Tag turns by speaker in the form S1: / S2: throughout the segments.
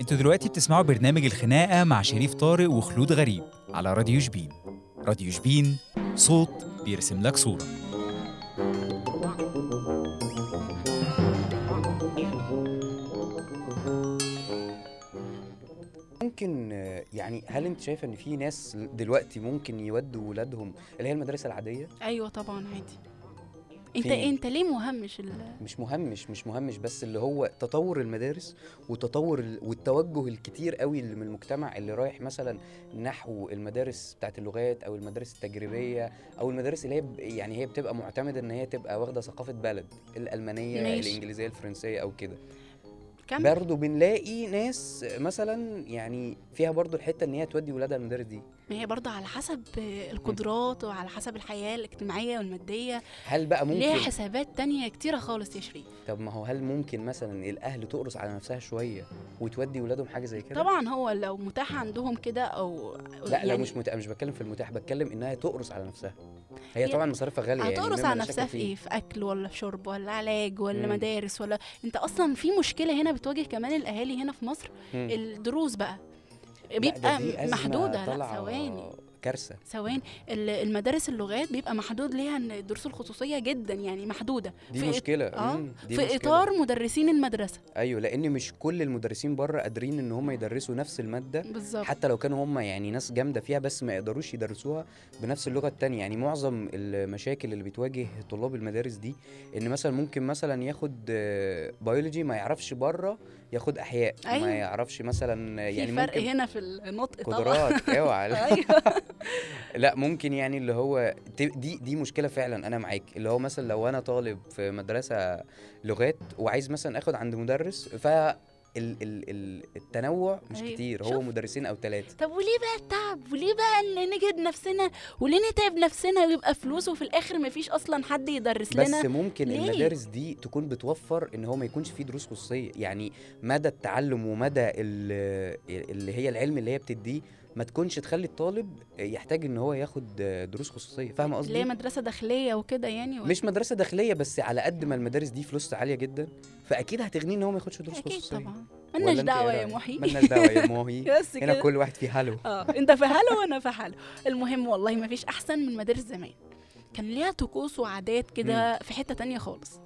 S1: انتوا دلوقتي بتسمعوا برنامج الخناقة مع شريف طارق وخلود غريب على راديو شبين راديو شبين صوت بيرسم لك صورة
S2: ممكن آه، يعني هل انت شايفه ان في ناس دلوقتي ممكن يودوا ولادهم اللي هي المدارس العاديه
S3: ايوه طبعا عادي انت
S2: في-
S3: انت ليه مهمش ال...
S2: مش مهمش مش مهمش بس اللي هو تطور المدارس وتطور ال- والتوجه الكتير قوي اللي من المجتمع اللي رايح مثلا نحو المدارس بتاعت اللغات او المدارس التجريبيه او المدارس اللي هي ب- يعني هي بتبقى معتمده ان هي تبقى واخده ثقافه بلد الالمانيه
S3: ماشي.
S2: الانجليزيه الفرنسيه او كده
S3: كمل
S2: برضه بنلاقي ناس مثلا يعني فيها برضه الحته ان هي تودي ولادها المدارس دي
S3: ما هي برضه على حسب القدرات وعلى حسب الحياه الاجتماعيه والماديه
S2: هل بقى ممكن
S3: ليها حسابات تانية كتيره خالص يا شريف
S2: طب ما هو هل ممكن مثلا الاهل تقرص على نفسها شويه وتودي ولادهم حاجه زي كده
S3: طبعا هو لو متاح عندهم كده او
S2: لا يعني... لو مش مت... مش بتكلم في المتاح بتكلم انها تقرص على نفسها هي
S3: هي-
S2: طبعا مصاريفها غاليه يعني
S3: هتقرص
S2: مما
S3: على
S2: لا شك
S3: نفسها في
S2: فيه.
S3: ايه في اكل ولا في شرب ولا علاج ولا
S2: مم.
S3: مدارس ولا انت اصلا في مشكله هنا بتواجه كمان الاهالي هنا في مصر
S2: مم.
S3: الدروس بقى
S2: لا،
S3: إيه؟ بيبقى
S2: ده دي أزمة
S3: محدوده لا
S2: طالعة
S3: ثواني
S2: كارثه
S3: ثواني ال- المدارس اللغات بيبقى محدود ليها إن الدروس الخصوصيه جدا يعني محدوده
S2: دي
S3: في
S2: مشكله
S3: آه،
S2: مم، دي
S3: في
S2: مشكلة.
S3: اطار مدرسين المدرسه
S2: ايوه لان مش كل المدرسين بره قادرين ان هم يدرسوا نفس الماده
S3: بالظبط
S2: حتى لو كانوا هم يعني ناس جامده فيها بس ما يقدروش يدرسوها بنفس اللغه التانية يعني معظم المشاكل اللي بتواجه طلاب المدارس دي ان مثلا ممكن مثلا ياخد آه، بيولوجي ما يعرفش بره ياخد احياء
S3: أيوة.
S2: ما يعرفش مثلا آه،
S3: في
S2: يعني
S3: فرق
S2: ممكن
S3: هنا في النطق طبعا
S2: قدرات اوعى
S3: ايوه
S2: لا ممكن يعني اللي هو ت- دي دي مشكله فعلا انا معاك اللي هو مثلا لو انا طالب في مدرسه لغات وعايز مثلا اخد عند مدرس ف ال ال ال التنوع مش
S3: أيوة.
S2: كتير
S3: شوف.
S2: هو مدرسين او ثلاثه
S3: طب وليه بقى التعب وليه بقى إن نجهد نفسنا وليه نتعب نفسنا ويبقى فلوس وفي الاخر مفيش اصلا حد يدرس
S2: بس
S3: لنا
S2: ممكن
S3: ليه؟
S2: المدارس دي تكون بتوفر ان هو ما يكونش فيه دروس خصوصيه يعني مدى التعلم ومدى ال- اللي هي العلم اللي هي بتديه ما تكونش تخلي الطالب يحتاج ان هو ياخد دروس خصوصيه فاهم
S3: اللي هي
S2: قصدي
S3: مدرسه داخليه وكده يعني ولا-
S2: مش مدرسه داخليه بس على قد ما المدارس دي فلوس عاليه جدا فاكيد هتغنيه ان هو ما ياخدش دروس
S3: اكيد
S2: خصوصيه
S3: طبعا
S2: ولا
S3: ملناش
S2: انت ايه
S3: دعوه يا
S2: رأيك؟
S3: محي
S2: مالناش دعوه يا ماهي
S3: بس
S2: هنا
S3: كده
S2: كل واحد فيه هلو
S3: اه انت في حاله وانا في حاله المهم والله ما فيش احسن من مدارس زمان كان ليها طقوس وعادات كده في حته تانية خالص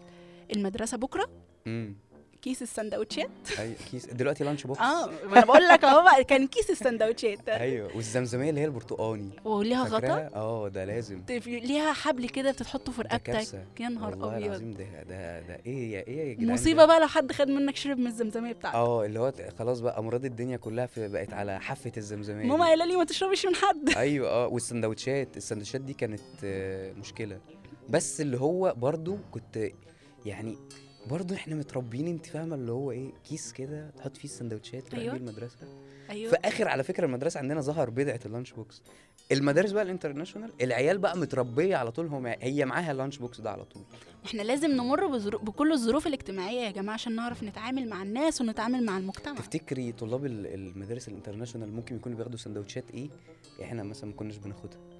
S3: المدرسه بكره
S2: امم
S3: كيس السندوتشات
S2: اي أيوة، كيس دلوقتي لانش بوكس
S3: اه ما انا بقول لك اهو بقى كان كيس السندوتشات
S2: ايوه والزمزميه اللي هي البرتقاني
S3: وليها آه، غطا
S2: فاكراها؟ اه ده لازم
S3: في- ليها حبل كده بتتحطه في
S2: ده
S3: رقبتك
S2: كارثه
S3: يا نهار
S2: والله
S3: ابيض
S2: العظيم ده ده ده ايه يا ايه يا جدعان
S3: مصيبه
S2: ده؟
S3: بقى لو حد خد منك شرب من الزمزميه بتاعتك
S2: اه اللي هو ت- خلاص بقى امراض الدنيا كلها في بقت على حافه الزمزميه
S3: ماما
S2: دي.
S3: قايله لي ما تشربش من حد
S2: ايوه اه والسندوتشات السندوتشات دي كانت آه، مشكله بس اللي هو برضو كنت يعني برضو احنا متربيين انت فاهمه اللي هو ايه كيس كده تحط فيه السندوتشات في
S3: أيوة.
S2: أيوة. المدرسه في
S3: ايوه
S2: اخر على فكره المدرسه عندنا ظهر بضعه اللانش بوكس المدارس بقى الانترناشونال العيال بقى متربيه على طول هم هي معاها اللانش بوكس ده على طول
S3: احنا لازم نمر بظروف بكل الظروف الاجتماعيه يا جماعه عشان نعرف نتعامل مع الناس ونتعامل مع المجتمع
S2: تفتكري طلاب ال- المدارس الانترناشونال ممكن يكونوا بياخدوا سندوتشات ايه احنا مثلا ما كناش بناخدها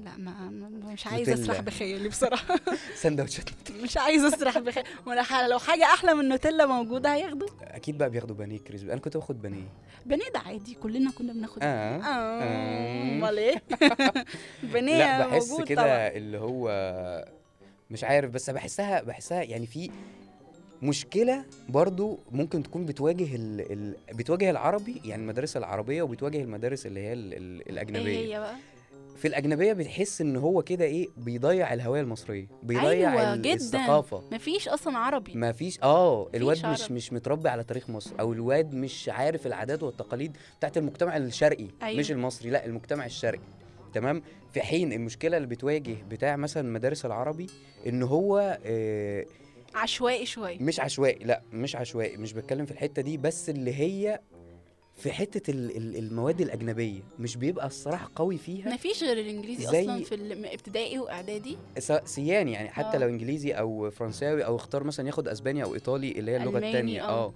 S3: لا ما ما- مش عايزه
S2: نوتيلا.
S3: اسرح بخيالي بصراحه
S2: سندوتشات
S3: مش عايزه اسرح بخيالي ولا حاجه لو حاجه احلى من نوتيلا موجوده هياخده
S2: اكيد بقى بياخدوا بانيه كريسبي انا كنت باخد بانيه
S3: بنيه ده عادي كلنا كنا بناخد
S2: آه،
S3: آه،
S2: آه.
S3: امال ايه بنيه
S2: لا بحس
S3: موجود طبعاً. إيه
S2: كده اللي هو مش عارف بس بحسها بحسها يعني في مشكله برضو ممكن تكون بتواجه ال... ال... بتواجه العربي يعني المدارس العربيه وبتواجه المدارس اللي هي ال... ال... الاجنبيه
S3: ايه هي بقى
S2: في الاجنبيه بتحس ان هو كده ايه بيضيع الهويه المصريه بيضيع
S3: أيوة،
S2: ال-
S3: جداً.
S2: الثقافه
S3: مفيش اصلا عربي
S2: ما فيش اه الواد مش
S3: عرب.
S2: مش متربي على تاريخ مصر او الواد مش عارف العادات والتقاليد بتاعت المجتمع الشرقي
S3: أيوة.
S2: مش المصري لا المجتمع الشرقي تمام في حين المشكله اللي بتواجه بتاع مثلا مدارس العربي ان هو آه،
S3: عشوائي شويه
S2: مش عشوائي لا مش عشوائي مش بتكلم في الحته دي بس اللي هي في حته ال- ال- المواد الاجنبيه مش بيبقى الصراحه قوي فيها
S3: مفيش غير الانجليزي
S2: زي-
S3: اصلا في الم- ابتدائي واعدادي
S2: سواء سيان يعني حتى
S3: آه.
S2: لو انجليزي او فرنساوي او اختار مثلا ياخد اسبانيا او ايطالي اللي هي اللغه
S3: ألماني،
S2: الثانيه
S3: آه.
S2: اه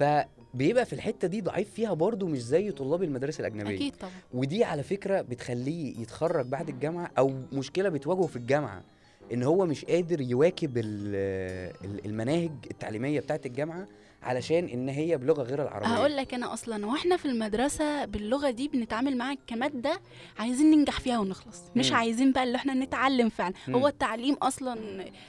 S2: فبيبقى في الحته دي ضعيف فيها برضه مش زي طلاب المدارس الاجنبيه
S3: اكيد طبعا
S2: ودي على فكره بتخليه يتخرج بعد الجامعه او مشكله بتواجهه في الجامعه ان هو مش قادر يواكب ال- ال- المناهج التعليميه بتاعت الجامعه علشان ان هي بلغه غير العربيه
S3: هقول لك انا اصلا واحنا في المدرسه باللغه دي بنتعامل معاها كماده عايزين ننجح فيها ونخلص مش
S2: مم.
S3: عايزين بقى اللي احنا نتعلم فعلا
S2: مم.
S3: هو التعليم اصلا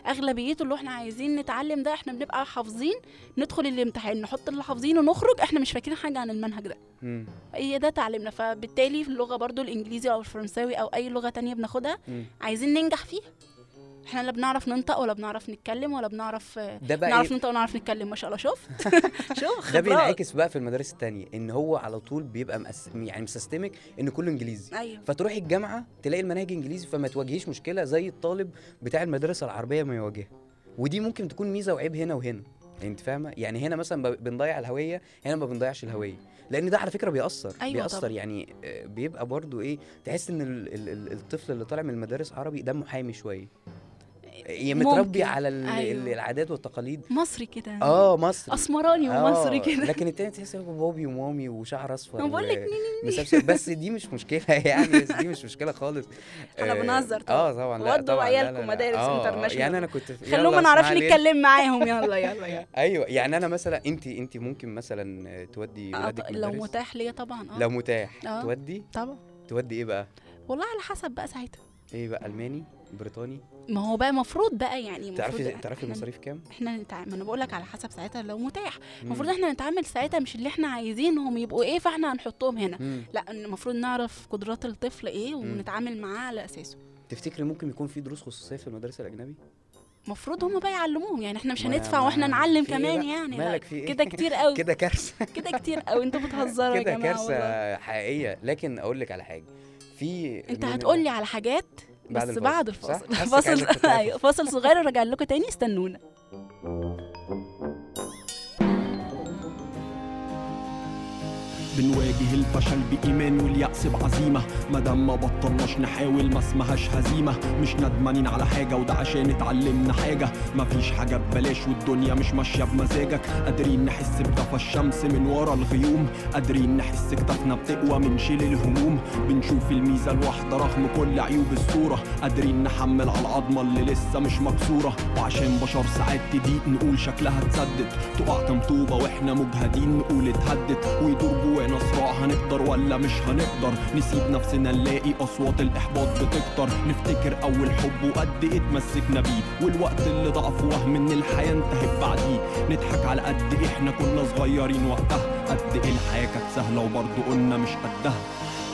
S3: اغلبيته اللي احنا عايزين نتعلم ده احنا بنبقى حافظين ندخل الامتحان نحط اللي حافظينه ونخرج احنا مش فاكرين حاجه عن المنهج ده
S2: مم.
S3: هي ده تعليمنا فبالتالي في اللغه برضو الانجليزي او الفرنساوي او اي لغه تانية بناخدها
S2: مم.
S3: عايزين ننجح فيها احنا لا بنعرف ننطق ولا بنعرف نتكلم ولا بنعرف
S2: ده بقى إيه؟
S3: نعرف ننطق ونعرف نتكلم ما شاء الله شفت شوف
S2: ده
S3: خبرات
S2: بينعكس بقى في المدارس التانية ان هو على طول بيبقى مقس... يعني مسيستمك ان كله انجليزي
S3: ايوه
S2: فتروحي الجامعه تلاقي المناهج انجليزي فما تواجهيش مشكله زي الطالب بتاع المدرسه العربيه ما يواجهها ودي ممكن تكون ميزه وعيب هنا وهنا انت فاهمه يعني هنا مثلا ب- بنضيع الهويه هنا ما بنضيعش الهويه لان ده على فكره بيأثر
S3: أيوة
S2: بيأثر
S3: طبعاً.
S2: يعني آه، بيبقى برضو ايه تحس ان ال ال ال الطفل اللي طالع من المدارس عربي دمه حامي شويه يعني متربي
S3: ممكن.
S2: على ال
S3: أيوة.
S2: أيوة. العادات والتقاليد
S3: مصري كده
S2: اه مصر
S3: اسمراني ومصري
S2: آه.
S3: كده
S2: لكن التاني تحس إن هو بابي ومامي وشعر اصفر
S3: أنا بقول لك
S2: و- مسبسب بس دي مش مشكله يعني بس دي مش مشكله خالص
S3: أنا
S2: آه،
S3: بنهزر طبعاً.
S2: اه طبعا لا
S3: ودوا
S2: طبعا لا،
S3: عيالكم
S2: لا، لا.
S3: مدارس
S2: آه،
S3: international.
S2: يعني انا كنت في-
S3: خلوهم
S2: يلا،
S3: ما نعرفش
S2: اسمع ليه.
S3: نتكلم معاهم يلا يلا يلا
S2: ايوه يعني انا مثلا انت انت ممكن مثلا آه، تودي
S3: آه،
S2: ولادك
S3: ط- لو
S2: مدارس؟
S3: متاح ليا طبعا اه
S2: لو متاح
S3: آه.
S2: تودي
S3: طبعا
S2: تودي ايه بقى
S3: والله على حسب بقى ساعتها
S2: ايه بقى الماني بريطاني
S3: ما هو بقى مفروض بقى يعني المفروض
S2: تعرفي
S3: إحنا-
S2: تعرفي
S3: إحنا-
S2: المصاريف كام
S3: احنا نتع... ما انا بقول لك على حسب ساعتها لو متاح
S2: مم.
S3: المفروض احنا نتعامل ساعتها مش اللي احنا عايزينهم يبقوا ايه فاحنا هنحطهم هنا
S2: مم.
S3: لا إن المفروض نعرف قدرات الطفل ايه ونتعامل معاه على اساسه
S2: تفتكري ممكن يكون في دروس خصوصيه في المدارس الاجنبي
S3: المفروض هم بقى يعلموهم يعني احنا مش
S2: ما-
S3: هندفع
S2: ما-
S3: واحنا نعلم
S2: في إيه
S3: كمان
S2: بقى؟
S3: يعني لا،
S2: مالك في إيه؟
S3: كده كتير قوي
S2: كده كارثه
S3: كده كتير قوي انتوا بتهزروا يا
S2: كده
S3: جماعه والله.
S2: كارثه حقيقيه لكن اقول لك على حاجه في
S3: انت
S2: من-
S3: هتقول لي على حاجات بس
S2: بعد
S3: بعد الفاصل,
S2: الفاصل،
S3: بعد
S2: صح؟ حاسك
S3: الفاصل. فاصل
S2: عايزك تطلعي
S3: ايوه فاصل صغير ورجع لكم تاني استنونا
S4: بنواجه الفشل بإيمان واليأس بعزيمة مادام ما بطلناش نحاول ما اسمهاش هزيمة مش ندمانين على حاجة وده عشان اتعلمنا حاجة مفيش حاجة ببلاش والدنيا مش ماشية بمزاجك قادرين نحس بطفى الشمس من ورا الغيوم قادرين نحس كتافنا بتقوى من شيل الهموم بنشوف الميزة الواحدة رغم كل عيوب الصورة قادرين نحمل على العظمة اللي لسه مش مكسورة وعشان بشر ساعات تضيق نقول شكلها اتسدد تقع تمطوبة واحنا مجهدين نقول اتهدت ويدور جوانا صراع هنقدر ولا مش هنقدر نسيب نفسنا نلاقي أصوات الإحباط بتكتر نفتكر أول حب وقد إيه اتمسكنا بيه والوقت اللي ضعف وهم إن الحياة انتهت بعديه نضحك على قد إيه إحنا كنا صغيرين وقتها قد إيه الحياة كانت سهلة وبرضه قلنا مش قدها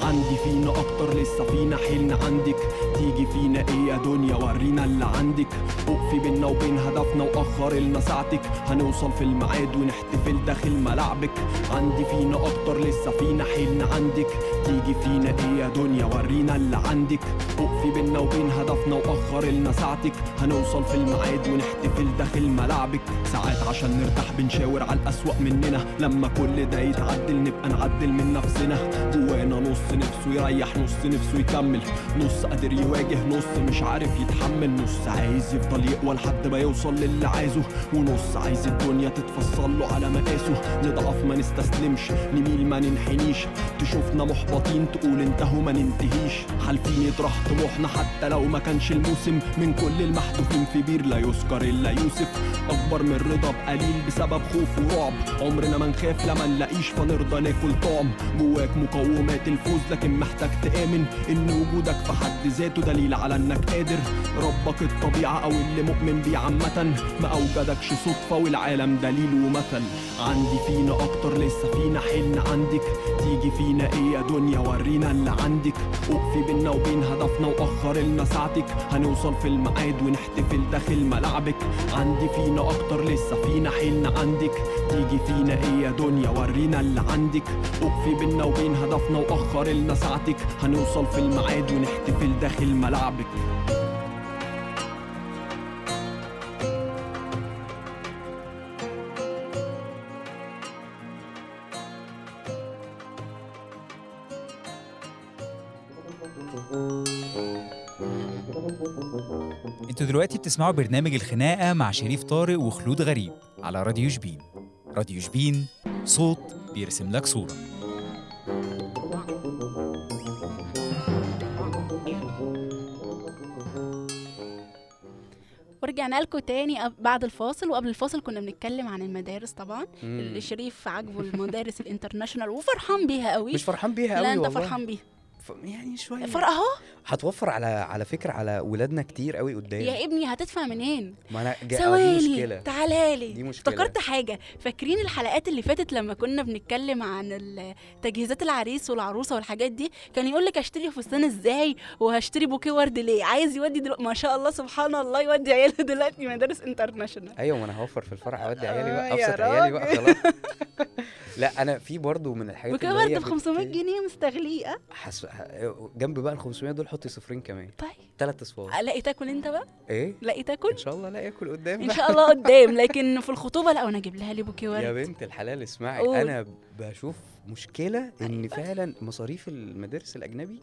S4: عندي فينا أكتر لسه فينا حيلنا عندك تيجي فينا ايه يا دنيا ورينا اللي عندك وقفي بينا وبين هدفنا واخر لنا ساعتك هنوصل في الميعاد ونحتفل داخل ملعبك عندي فينا اكتر لسه فينا حيلنا عندك تيجي فينا ايه يا دنيا ورينا اللي عندك وقفي بينا وبين هدفنا واخر لنا ساعتك هنوصل في الميعاد ونحتفل داخل ملعبك ساعات عشان نرتاح بنشاور على الاسوأ مننا لما كل ده يتعدل نبقى نعدل من نفسنا جوانا نص نفسه يريح نص نفسه يكمل نص قادر يواجه نص مش عارف يتحمل نص عايز يفضل يقوى لحد ما يوصل للي عايزه ونص عايز الدنيا تتفصل له على مقاسه نضعف ما نستسلمش نميل ما ننحنيش تشوفنا محبطين تقول انتهوا ما ننتهيش حالفين يطرح طموحنا حتى لو ما كانش الموسم من كل المحذوفين في بير لا يذكر الا يوسف اكبر من رضا بقليل بسبب خوف ورعب عمرنا ما نخاف لا ما نلاقيش فنرضى ناكل طعم جواك مقومات الفوز لكن محتاج تامن ان وجودك في حد ذاته دليل على انك قادر ربك الطبيعه او اللي مؤمن بيه عامه ما اوجدكش صدفه والعالم دليل ومثل عندي فينا اكتر لسه فينا حلم عندك تيجي فينا ايه يا دنيا ورينا اللي عندك وقفي بينا وبين هدفنا واخر لنا ساعتك هنوصل في الميعاد ونحتفل داخل ملعبك عندي فينا اكتر لسه فينا حلم عندك تيجي فينا ايه يا دنيا ورينا اللي عندك وقفي بينا وبين هدفنا واخر لنا ساعتك هنوصل في الميعاد ونحتفل داخل ملعبك
S1: انتوا دلوقتي بتسمعوا برنامج الخناقة مع شريف طارق وخلود غريب على راديو شبين راديو شبين صوت بيرسم لك صورة
S3: رجعنا لكم تاني قب- بعد الفاصل وقبل الفاصل كنا بنتكلم عن المدارس طبعا
S2: مم.
S3: اللي شريف عاجبه المدارس الانترناشونال وفرحان بيها قوي
S2: مش فرحان بيها
S3: لا
S2: قوي
S3: انت
S2: والله
S3: فرحان بيها
S2: ف... يعني شويه
S3: فرق اهو
S2: هتوفر على على فكره على ولادنا كتير قوي قدام
S3: يا ابني هتدفع منين
S2: ما انا جا... آه، دي
S3: ثواني
S2: مشكله
S3: تعالالي
S2: دي مشكله
S3: افتكرت حاجة فاكرين الحلقات اللي فاتت لما كنا بنتكلم عن ال- تجهيزات العريس والعروسة والحاجات دي كان يقول لك اشتري فستان ازاي وهشتري بوكيه ورد ليه عايز يودي دلوقتي ما شاء الله سبحان الله يودي عياله دلوقتي مدارس انترناشونال
S2: ايوه ما انا هوفر في الفرح اودي عيالي
S3: آه،
S2: بقى
S3: يا
S2: ابسط عيالي بقى
S3: راجل.
S2: خلاص لا انا في برضه من الحاجات
S3: بوكيه
S2: اللي هي
S3: ورد ب 500
S2: بت-
S3: جنيه مستغليه أه؟
S2: حس... جنب بقى ال 500 دول حطي صفرين كمان
S3: طيب
S2: ثلاث اصفار
S3: الاقي تاكل انت بقى
S2: ايه
S3: الاقي
S2: ان
S3: تاكل
S2: شاء الله لا ياكل قدام
S3: ان
S2: بقى.
S3: شاء الله قدام لكن في الخطوبه لا انا اجيب لها لي بوكيه
S2: يا
S3: ورد
S2: بنت الحلال اسمعي
S3: قول. أيوة.
S2: انا بشوف مشكله ان فعلا مصاريف المدارس الاجنبي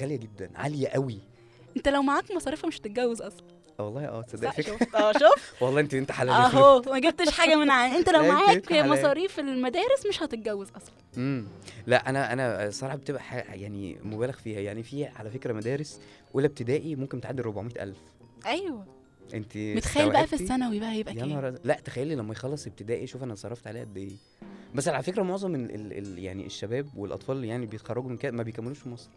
S2: غاليه جدا عاليه قوي
S3: انت لو معاك مصاريفها مش هتتجوز اصلا
S2: اه والله اه تصدق
S3: صح،
S2: فكره
S3: شفت اه شفت
S2: والله انت انت حلال يخرب.
S3: اهو ما جبتش حاجه من عين انت لو
S2: لا، انت
S3: معاك
S2: بتضحك عليا.
S3: مصاريف المدارس مش هتتجوز اصلا
S2: امم لا انا انا صراحه بتبقى حاجة يعني مبالغ فيها يعني في على فكره مدارس اولى ابتدائي ممكن تعدي 400000
S3: ايوه
S2: انت
S3: متخيل بقى
S2: استوعبتي؟
S3: في الثانوي بقى هيبقى
S2: يا
S3: كام
S2: نهار أز- لا تخيلي لما يخلص ابتدائي شوف انا صرفت عليه قد ايه بس على فكره معظم ال ال ال يعني الشباب والاطفال اللي يعني بيتخرجوا من كده ما بيكملوش في مصر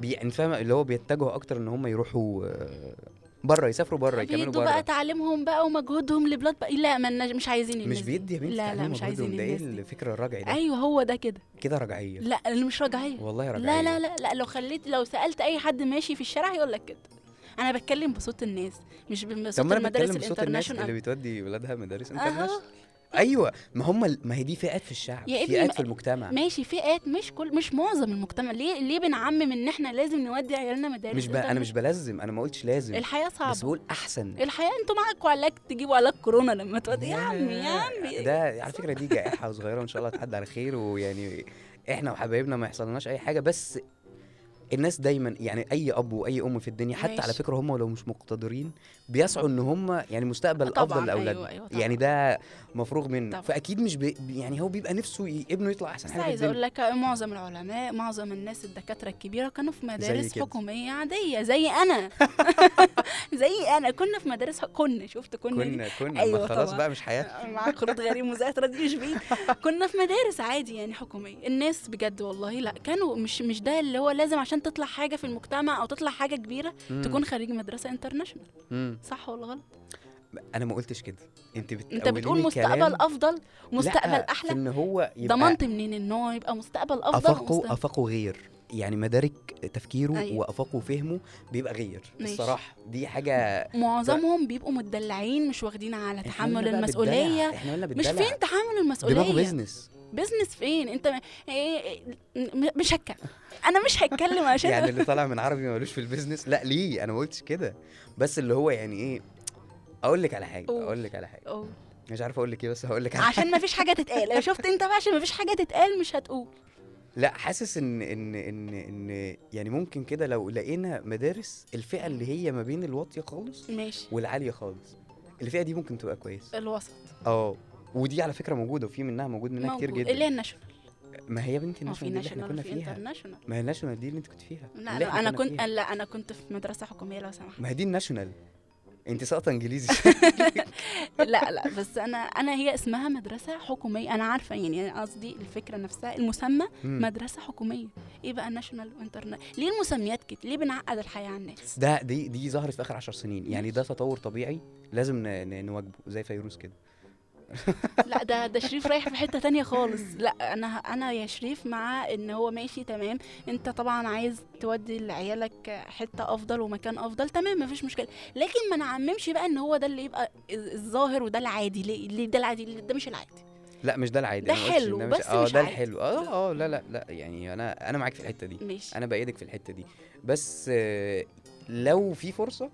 S2: بي يعني فاهمه اللي هو بيتجهوا اكتر ان هم يروحوا بره يسافروا بره يكملوا
S3: بيدوا بقى
S2: بره
S3: تعليمهم بقى ومجهودهم لبلاد بقى لا ما لناش- مش عايزين الناس
S2: مش
S3: دي.
S2: بيدي يا بنتي
S3: لا لا
S2: تعليم
S3: مش
S2: وجهودهم.
S3: عايزين
S2: ده ايه
S3: الناس دي
S2: الفكر الرجعي ده
S3: ايوه هو ده كده
S2: كده رجعيه
S3: لا اللي مش رجعيه
S2: والله رجعيه
S3: لا لا لا لا لو خليت لو سالت اي حد ماشي في الشارع هيقول لك كده انا بتكلم بصوت الناس مش ب-
S2: طب
S3: بصوت
S2: ما انا
S3: المدارس
S2: بتكلم بصوت الناس اللي
S3: الانترناشونال
S2: بتودي ولادها مدارس
S3: اهو
S2: انترناشونال ايوه ما هم ال- ما هي دي فئات في الشعب
S3: يا ابني
S2: فئات
S3: ما-
S2: في المجتمع
S3: ماشي فئات مش كل مش معظم المجتمع ليه ليه بنعمم ان احنا لازم نودي عيالنا مدارس
S2: مش ب... انا مش بلزم انا ما قلتش لازم
S3: الحياه صعبه
S2: بس بقول احسن
S3: الحقيقه انتوا معاكوا علاج تجيبوا علاج كورونا لما تودي يا
S2: ياه.
S3: عمي يا عمي
S2: ده على فكره دي جائحه صغيره وان شاء الله تعدي على خير ويعني احنا وحبايبنا ما يحصلناش اي حاجه بس الناس دايما يعني اي اب واي ام في الدنيا حتى على
S3: ماشي.
S2: فكره هم لو مش مقتدرين بيسعوا ان هم يعني مستقبل
S3: طبعاً،
S2: افضل لاولادهم
S3: أيوة، أيوة، طبعاً.
S2: يعني ده مفروغ منه
S3: طبعاً.
S2: فاكيد مش بي يعني هو بيبقى نفسه ي- ابنه يطلع احسن
S3: بس
S2: حاجه في
S3: عايزه اقول
S2: الدنيا
S3: لك معظم العلماء معظم الناس الدكاتره الكبيره كانوا في مدارس
S2: كده.
S3: حكوميه عاديه زي انا زي انا كنا في مدارس حك- كنا شفت كنا, دي؟
S2: كنا كنا
S3: أيوة
S2: أيوة خلاص
S3: طبعاً.
S2: بقى مش حياه
S3: مع خروط غريب وزيت رضي شبيه كنا في مدارس عادي يعني حكوميه الناس بجد والله لا كانوا مش مش ده اللي هو لازم عشان تطلع حاجه في المجتمع او تطلع حاجه كبيره
S2: مم.
S3: أه، تكون خريج مدرسه انترناشونال
S2: مم.
S3: صح ولا غلط
S2: انا ما قلتش كده انت بتقولي
S3: انت بتقول مستقبل افضل مستقبل
S2: لا،
S3: احلى
S2: في ان هو يبقى
S3: ضمنت منين ان هو يبقى مستقبل افضل
S2: افاقه
S3: ومستقبل-
S2: افاقه غير يعني مدارك تفكيره
S3: أيوة.
S2: أيوة. وافاقه فهمه بيبقى غير
S3: ماشي.
S2: الصراحه دي حاجه
S3: معظمهم بيبقوا متدلعين مش واخدين على
S2: إحنا
S3: تحمل
S2: قلنا بقى
S3: المسؤوليه
S2: بالدلع. احنا قلنا
S3: مش
S2: بالدلع
S3: فين تحمل
S2: دماغه
S3: المسؤوليه
S2: بيزنس
S3: بزنس فين انت م... إيه- إيه- م- مش هتكلم انا مش هتكلم عشان
S2: يعني اللي طالع من عربي ملوش في البيزنس لا ليه انا ما قلتش كده بس اللي هو يعني ايه اقول لك على حاجه
S3: قول.
S2: اقول لك على حاجه
S3: أوه.
S2: مش عارف اقول لك ايه بس هقول لك على حاجه
S3: عشان ما فيش حاجه تتقال شفت انت بقى عشان ما فيش حاجه تتقال مش هتقول
S2: لا حاسس ان ان ان ان يعني ممكن كده لو لقينا مدارس الفئه اللي هي ما بين الواطيه خالص
S3: ماشي
S2: والعاليه خالص الفئه دي ممكن تبقى كويسه
S3: الوسط
S2: اه ودي على فكره موجوده وفي منها موجود منها
S3: موجود
S2: كتير جدا
S3: اللي هي الناشونال
S2: ما هي بنتي
S3: ما في
S2: الناشونال دي اللي احنا كنا
S3: ناشونال في
S2: فيها
S3: انترناشونال
S2: ما هي الناشونال دي اللي انت كنت فيها اللي
S3: لا
S2: احنا
S3: انا انا
S2: كنا
S3: كنت
S2: فيها.
S3: لا انا كنت في مدرسه حكوميه لو سمحت
S2: ما هي دي الناشونال انت ساقطه انجليزي
S3: لا لا بس انا انا هي اسمها مدرسه حكوميه انا عارفه يعني أنا قصدي الفكره نفسها المسمى
S2: مم.
S3: مدرسه حكوميه ايه بقى ناشونال وانترنت ليه المسميات كده ليه بنعقد الحياه على الناس
S2: ده دي دي ظهرت في اخر 10 سنين يعني ده تطور طبيعي لازم ن- ن- نواجهه زي فيروز كده
S3: لا ده ده شريف رايح في حته تانية خالص لا انا انا يا شريف مع ان هو ماشي تمام انت طبعا عايز تودي لعيالك حته افضل ومكان افضل تمام مفيش مشكله لكن ما نعممش بقى ان هو ده اللي يبقى الظاهر وده العادي ليه ليه ده العادي ليه ده مش العادي
S2: لا مش ده العادي
S3: ده
S2: أنا ما قلتش
S3: حلو،
S2: إنها
S3: بس
S2: اه
S3: مش
S2: ده
S3: عادي.
S2: الحلو اه اه لا لا لا يعني انا انا معاك في الحته دي
S3: ماشي
S2: انا بايدك في الحته دي بس آه، لو في فرصه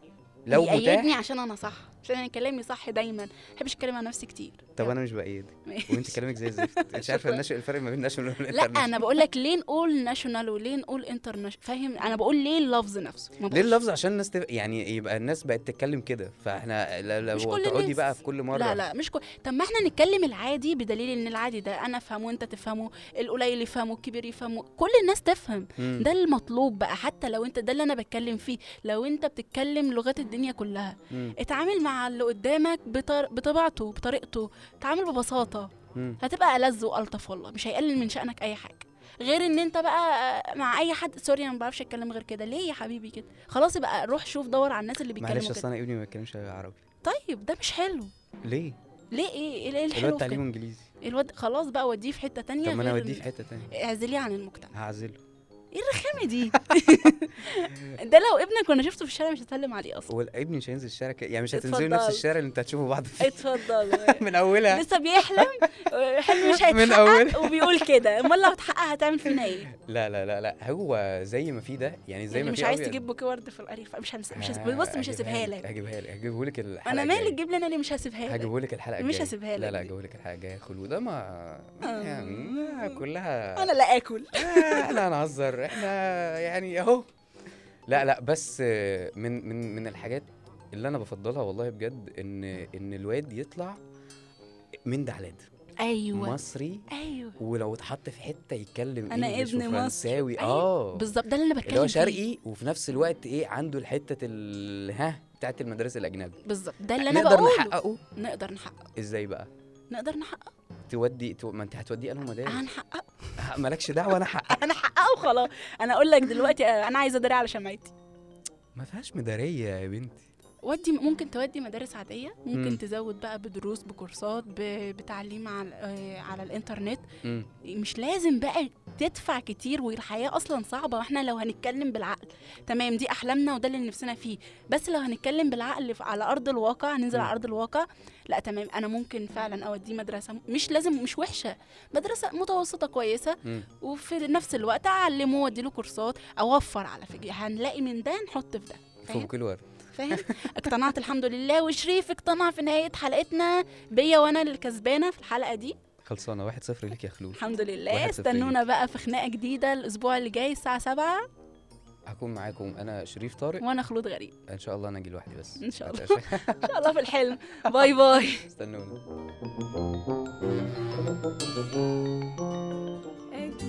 S2: لو
S3: بيأيدني
S2: متاح
S3: عشان انا صح عشان انا كلامي صح دايما ما بحبش اتكلم عن نفسي كتير
S2: طب انا مش بايدك
S3: ماشي.
S2: وانت كلامك زي الزفت مش عارفه الناشونال-
S3: شكراً.
S2: الفرق ما بين الناشونال
S3: لا
S2: والانترناشونال
S3: انا بقول لك ليه نقول ناشونال وليه نقول انترناشونال فاهم انا بقول ليه اللفظ نفسه ما
S2: ليه
S3: بقولش-
S2: اللفظ عشان الناس تف... يعني يبقى الناس بقت تتكلم كده فاحنا ل-
S3: مش
S2: لو
S3: كل
S2: تقعدي
S3: الناس.
S2: بقى في كل مره
S3: لا لا مش كو... طب ما احنا نتكلم العادي بدليل ان العادي ده انا افهمه وانت تفهمه القليل يفهمه الكبير يفهمه كل الناس تفهم
S2: مم.
S3: ده المطلوب بقى حتى لو انت ده اللي انا بتكلم فيه لو انت بتتكلم لغات الدنيا كلها
S2: مم.
S3: اتعامل مع مع اللي قدامك بطر... بطبيعته بطريقته تعامل ببساطة
S2: مم.
S3: هتبقى ألذ وألطف والله مش هيقلل من شأنك أي حاجة غير ان انت بقى مع اي حد سوري انا ما بعرفش اتكلم غير كده ليه يا حبيبي كده خلاص يبقى روح شوف دور على الناس اللي
S2: معلش
S3: بيتكلموا
S2: اصل
S3: كده
S2: انا ابني ما بيتكلمش عربي
S3: طيب ده مش حلو
S2: ليه؟
S3: ليه ايه ايه إيه الحلو
S2: الواد
S3: في
S2: تعليمه
S3: كده
S2: انجليزي
S3: الواد خلاص بقى وديه في حتة تانية
S2: طب ما انا
S3: غير
S2: اوديه في
S3: إن-
S2: حته تانية
S3: اعزليه عن المجتمع
S2: هعزله
S3: ايه الرخامة دي ده لو ابنك وانا شفته في الشارع مش هسلم عليه اصلا
S2: هو ابني مش هينزل الشارع كده يعني مش هتنزلوا نفس
S3: اتفضل.
S2: الشارع اللي انت هتشوفوا بعض فيه
S3: اتفضل
S2: من اولها
S3: لسه بيحلم حلم مش
S2: من
S3: هيتحقق
S2: اولها
S3: وبيقول كده امال لو اتحقق هتعمل فينا ايه
S2: لا لا لا لا هو زي ما في ده يعني زي
S3: يعني
S2: ما
S3: مش
S2: في
S3: عايز
S2: أبيض.
S3: تجيب بوكيه ورد في القريف مش هنس... مش هس...
S2: آه،
S3: بص مش هسيبها
S2: هجيبها
S3: لك
S2: هجيبها لك هجيبه لك الحلقه
S3: انا
S2: الجاية.
S3: مالي تجيب لي انا اللي مش هسيبها لك
S2: هجيبه لك الحلقه
S3: مش
S2: الجايه.
S3: هسيبها
S2: لا
S3: لك
S2: لا
S3: دي.
S2: هجيبه لك الحلقه الجايه خلود ده ما
S3: آه.
S2: يعني كلها
S3: انا لا اكل
S2: آه، احنا هنهزر احنا يعني اهو لا لا بس آه، من من من الحاجات اللي انا بفضلها والله بجد ان ان الواد يطلع من ده على ده أيوة.
S3: ايوه
S2: مصري
S3: ايوه
S2: ولو اتحط في حته يتكلم
S3: أنا
S2: انجلش
S3: ابن مصر.
S2: وفرنساوي
S3: أيوة،
S2: اه
S3: بالظبط ده اللي انا بتكلم
S2: اللي هو
S3: فيه.
S2: شرقي وفي نفس الوقت ايه عنده الحته ال ها بتاعت المدارس الاجنبي
S3: بالظبط ده اللي انا
S2: نقدر
S3: بقوله
S2: نحققه
S3: نقدر نحقق
S2: ازاي بقى
S3: نقدر نحقق
S2: تودي تو... ما انت هتوديه انهي مدارس
S3: هنحقق
S2: ح- ايه؟ مالكش دعوه انا حق
S3: انا حققه وخلاص انا اقول لك دلوقتي آه، انا عايزه اداري على شمعتي
S2: ما فيهاش مداريه يا بنتي
S3: ودي ممكن تودي مدارس عاديه ممكن
S2: مم.
S3: تزود بقى بدروس بكورسات ب- بتعليم على آه، على الانترنت
S2: مم.
S3: مش لازم بقى تدفع كتير والحياة أصلا صعبة واحنا لو هنتكلم بالعقل تمام دي أحلامنا وده اللي نفسنا فيه بس لو هنتكلم بالعقل ف- على أرض الواقع هننزل
S2: مم.
S3: على أرض الواقع لا تمام أنا ممكن فعلا أوديه مدرسة مش لازم مش وحشة مدرسة متوسطة كويسة
S2: مم.
S3: وفي نفس الوقت أعلمه وأديله كورسات أوفر على فكرة هنلاقي من ده نحط في ده فاهم
S2: فوق كل ورد
S3: فاهم اقتنعت الحمد لله وشريف اقتنع في نهاية حلقتنا بيا وأنا اللي كسبانة في الحلقة دي
S2: خلصانه واحد صفر ليك يا خلود
S3: الحمد لله
S2: واحد صفر
S3: استنونا بقى في خناقه جديده الاسبوع اللي جاي الساعه 7
S2: هكون معاكم انا شريف طارق
S3: وانا خلود غريب
S2: ان شاء الله انا اجي لوحدي بس
S3: إن شاء الله.
S2: متقلقش.
S3: ان شاء الله في الحلم باي باي
S2: استنونا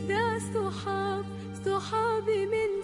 S5: ده صحاب صحابي من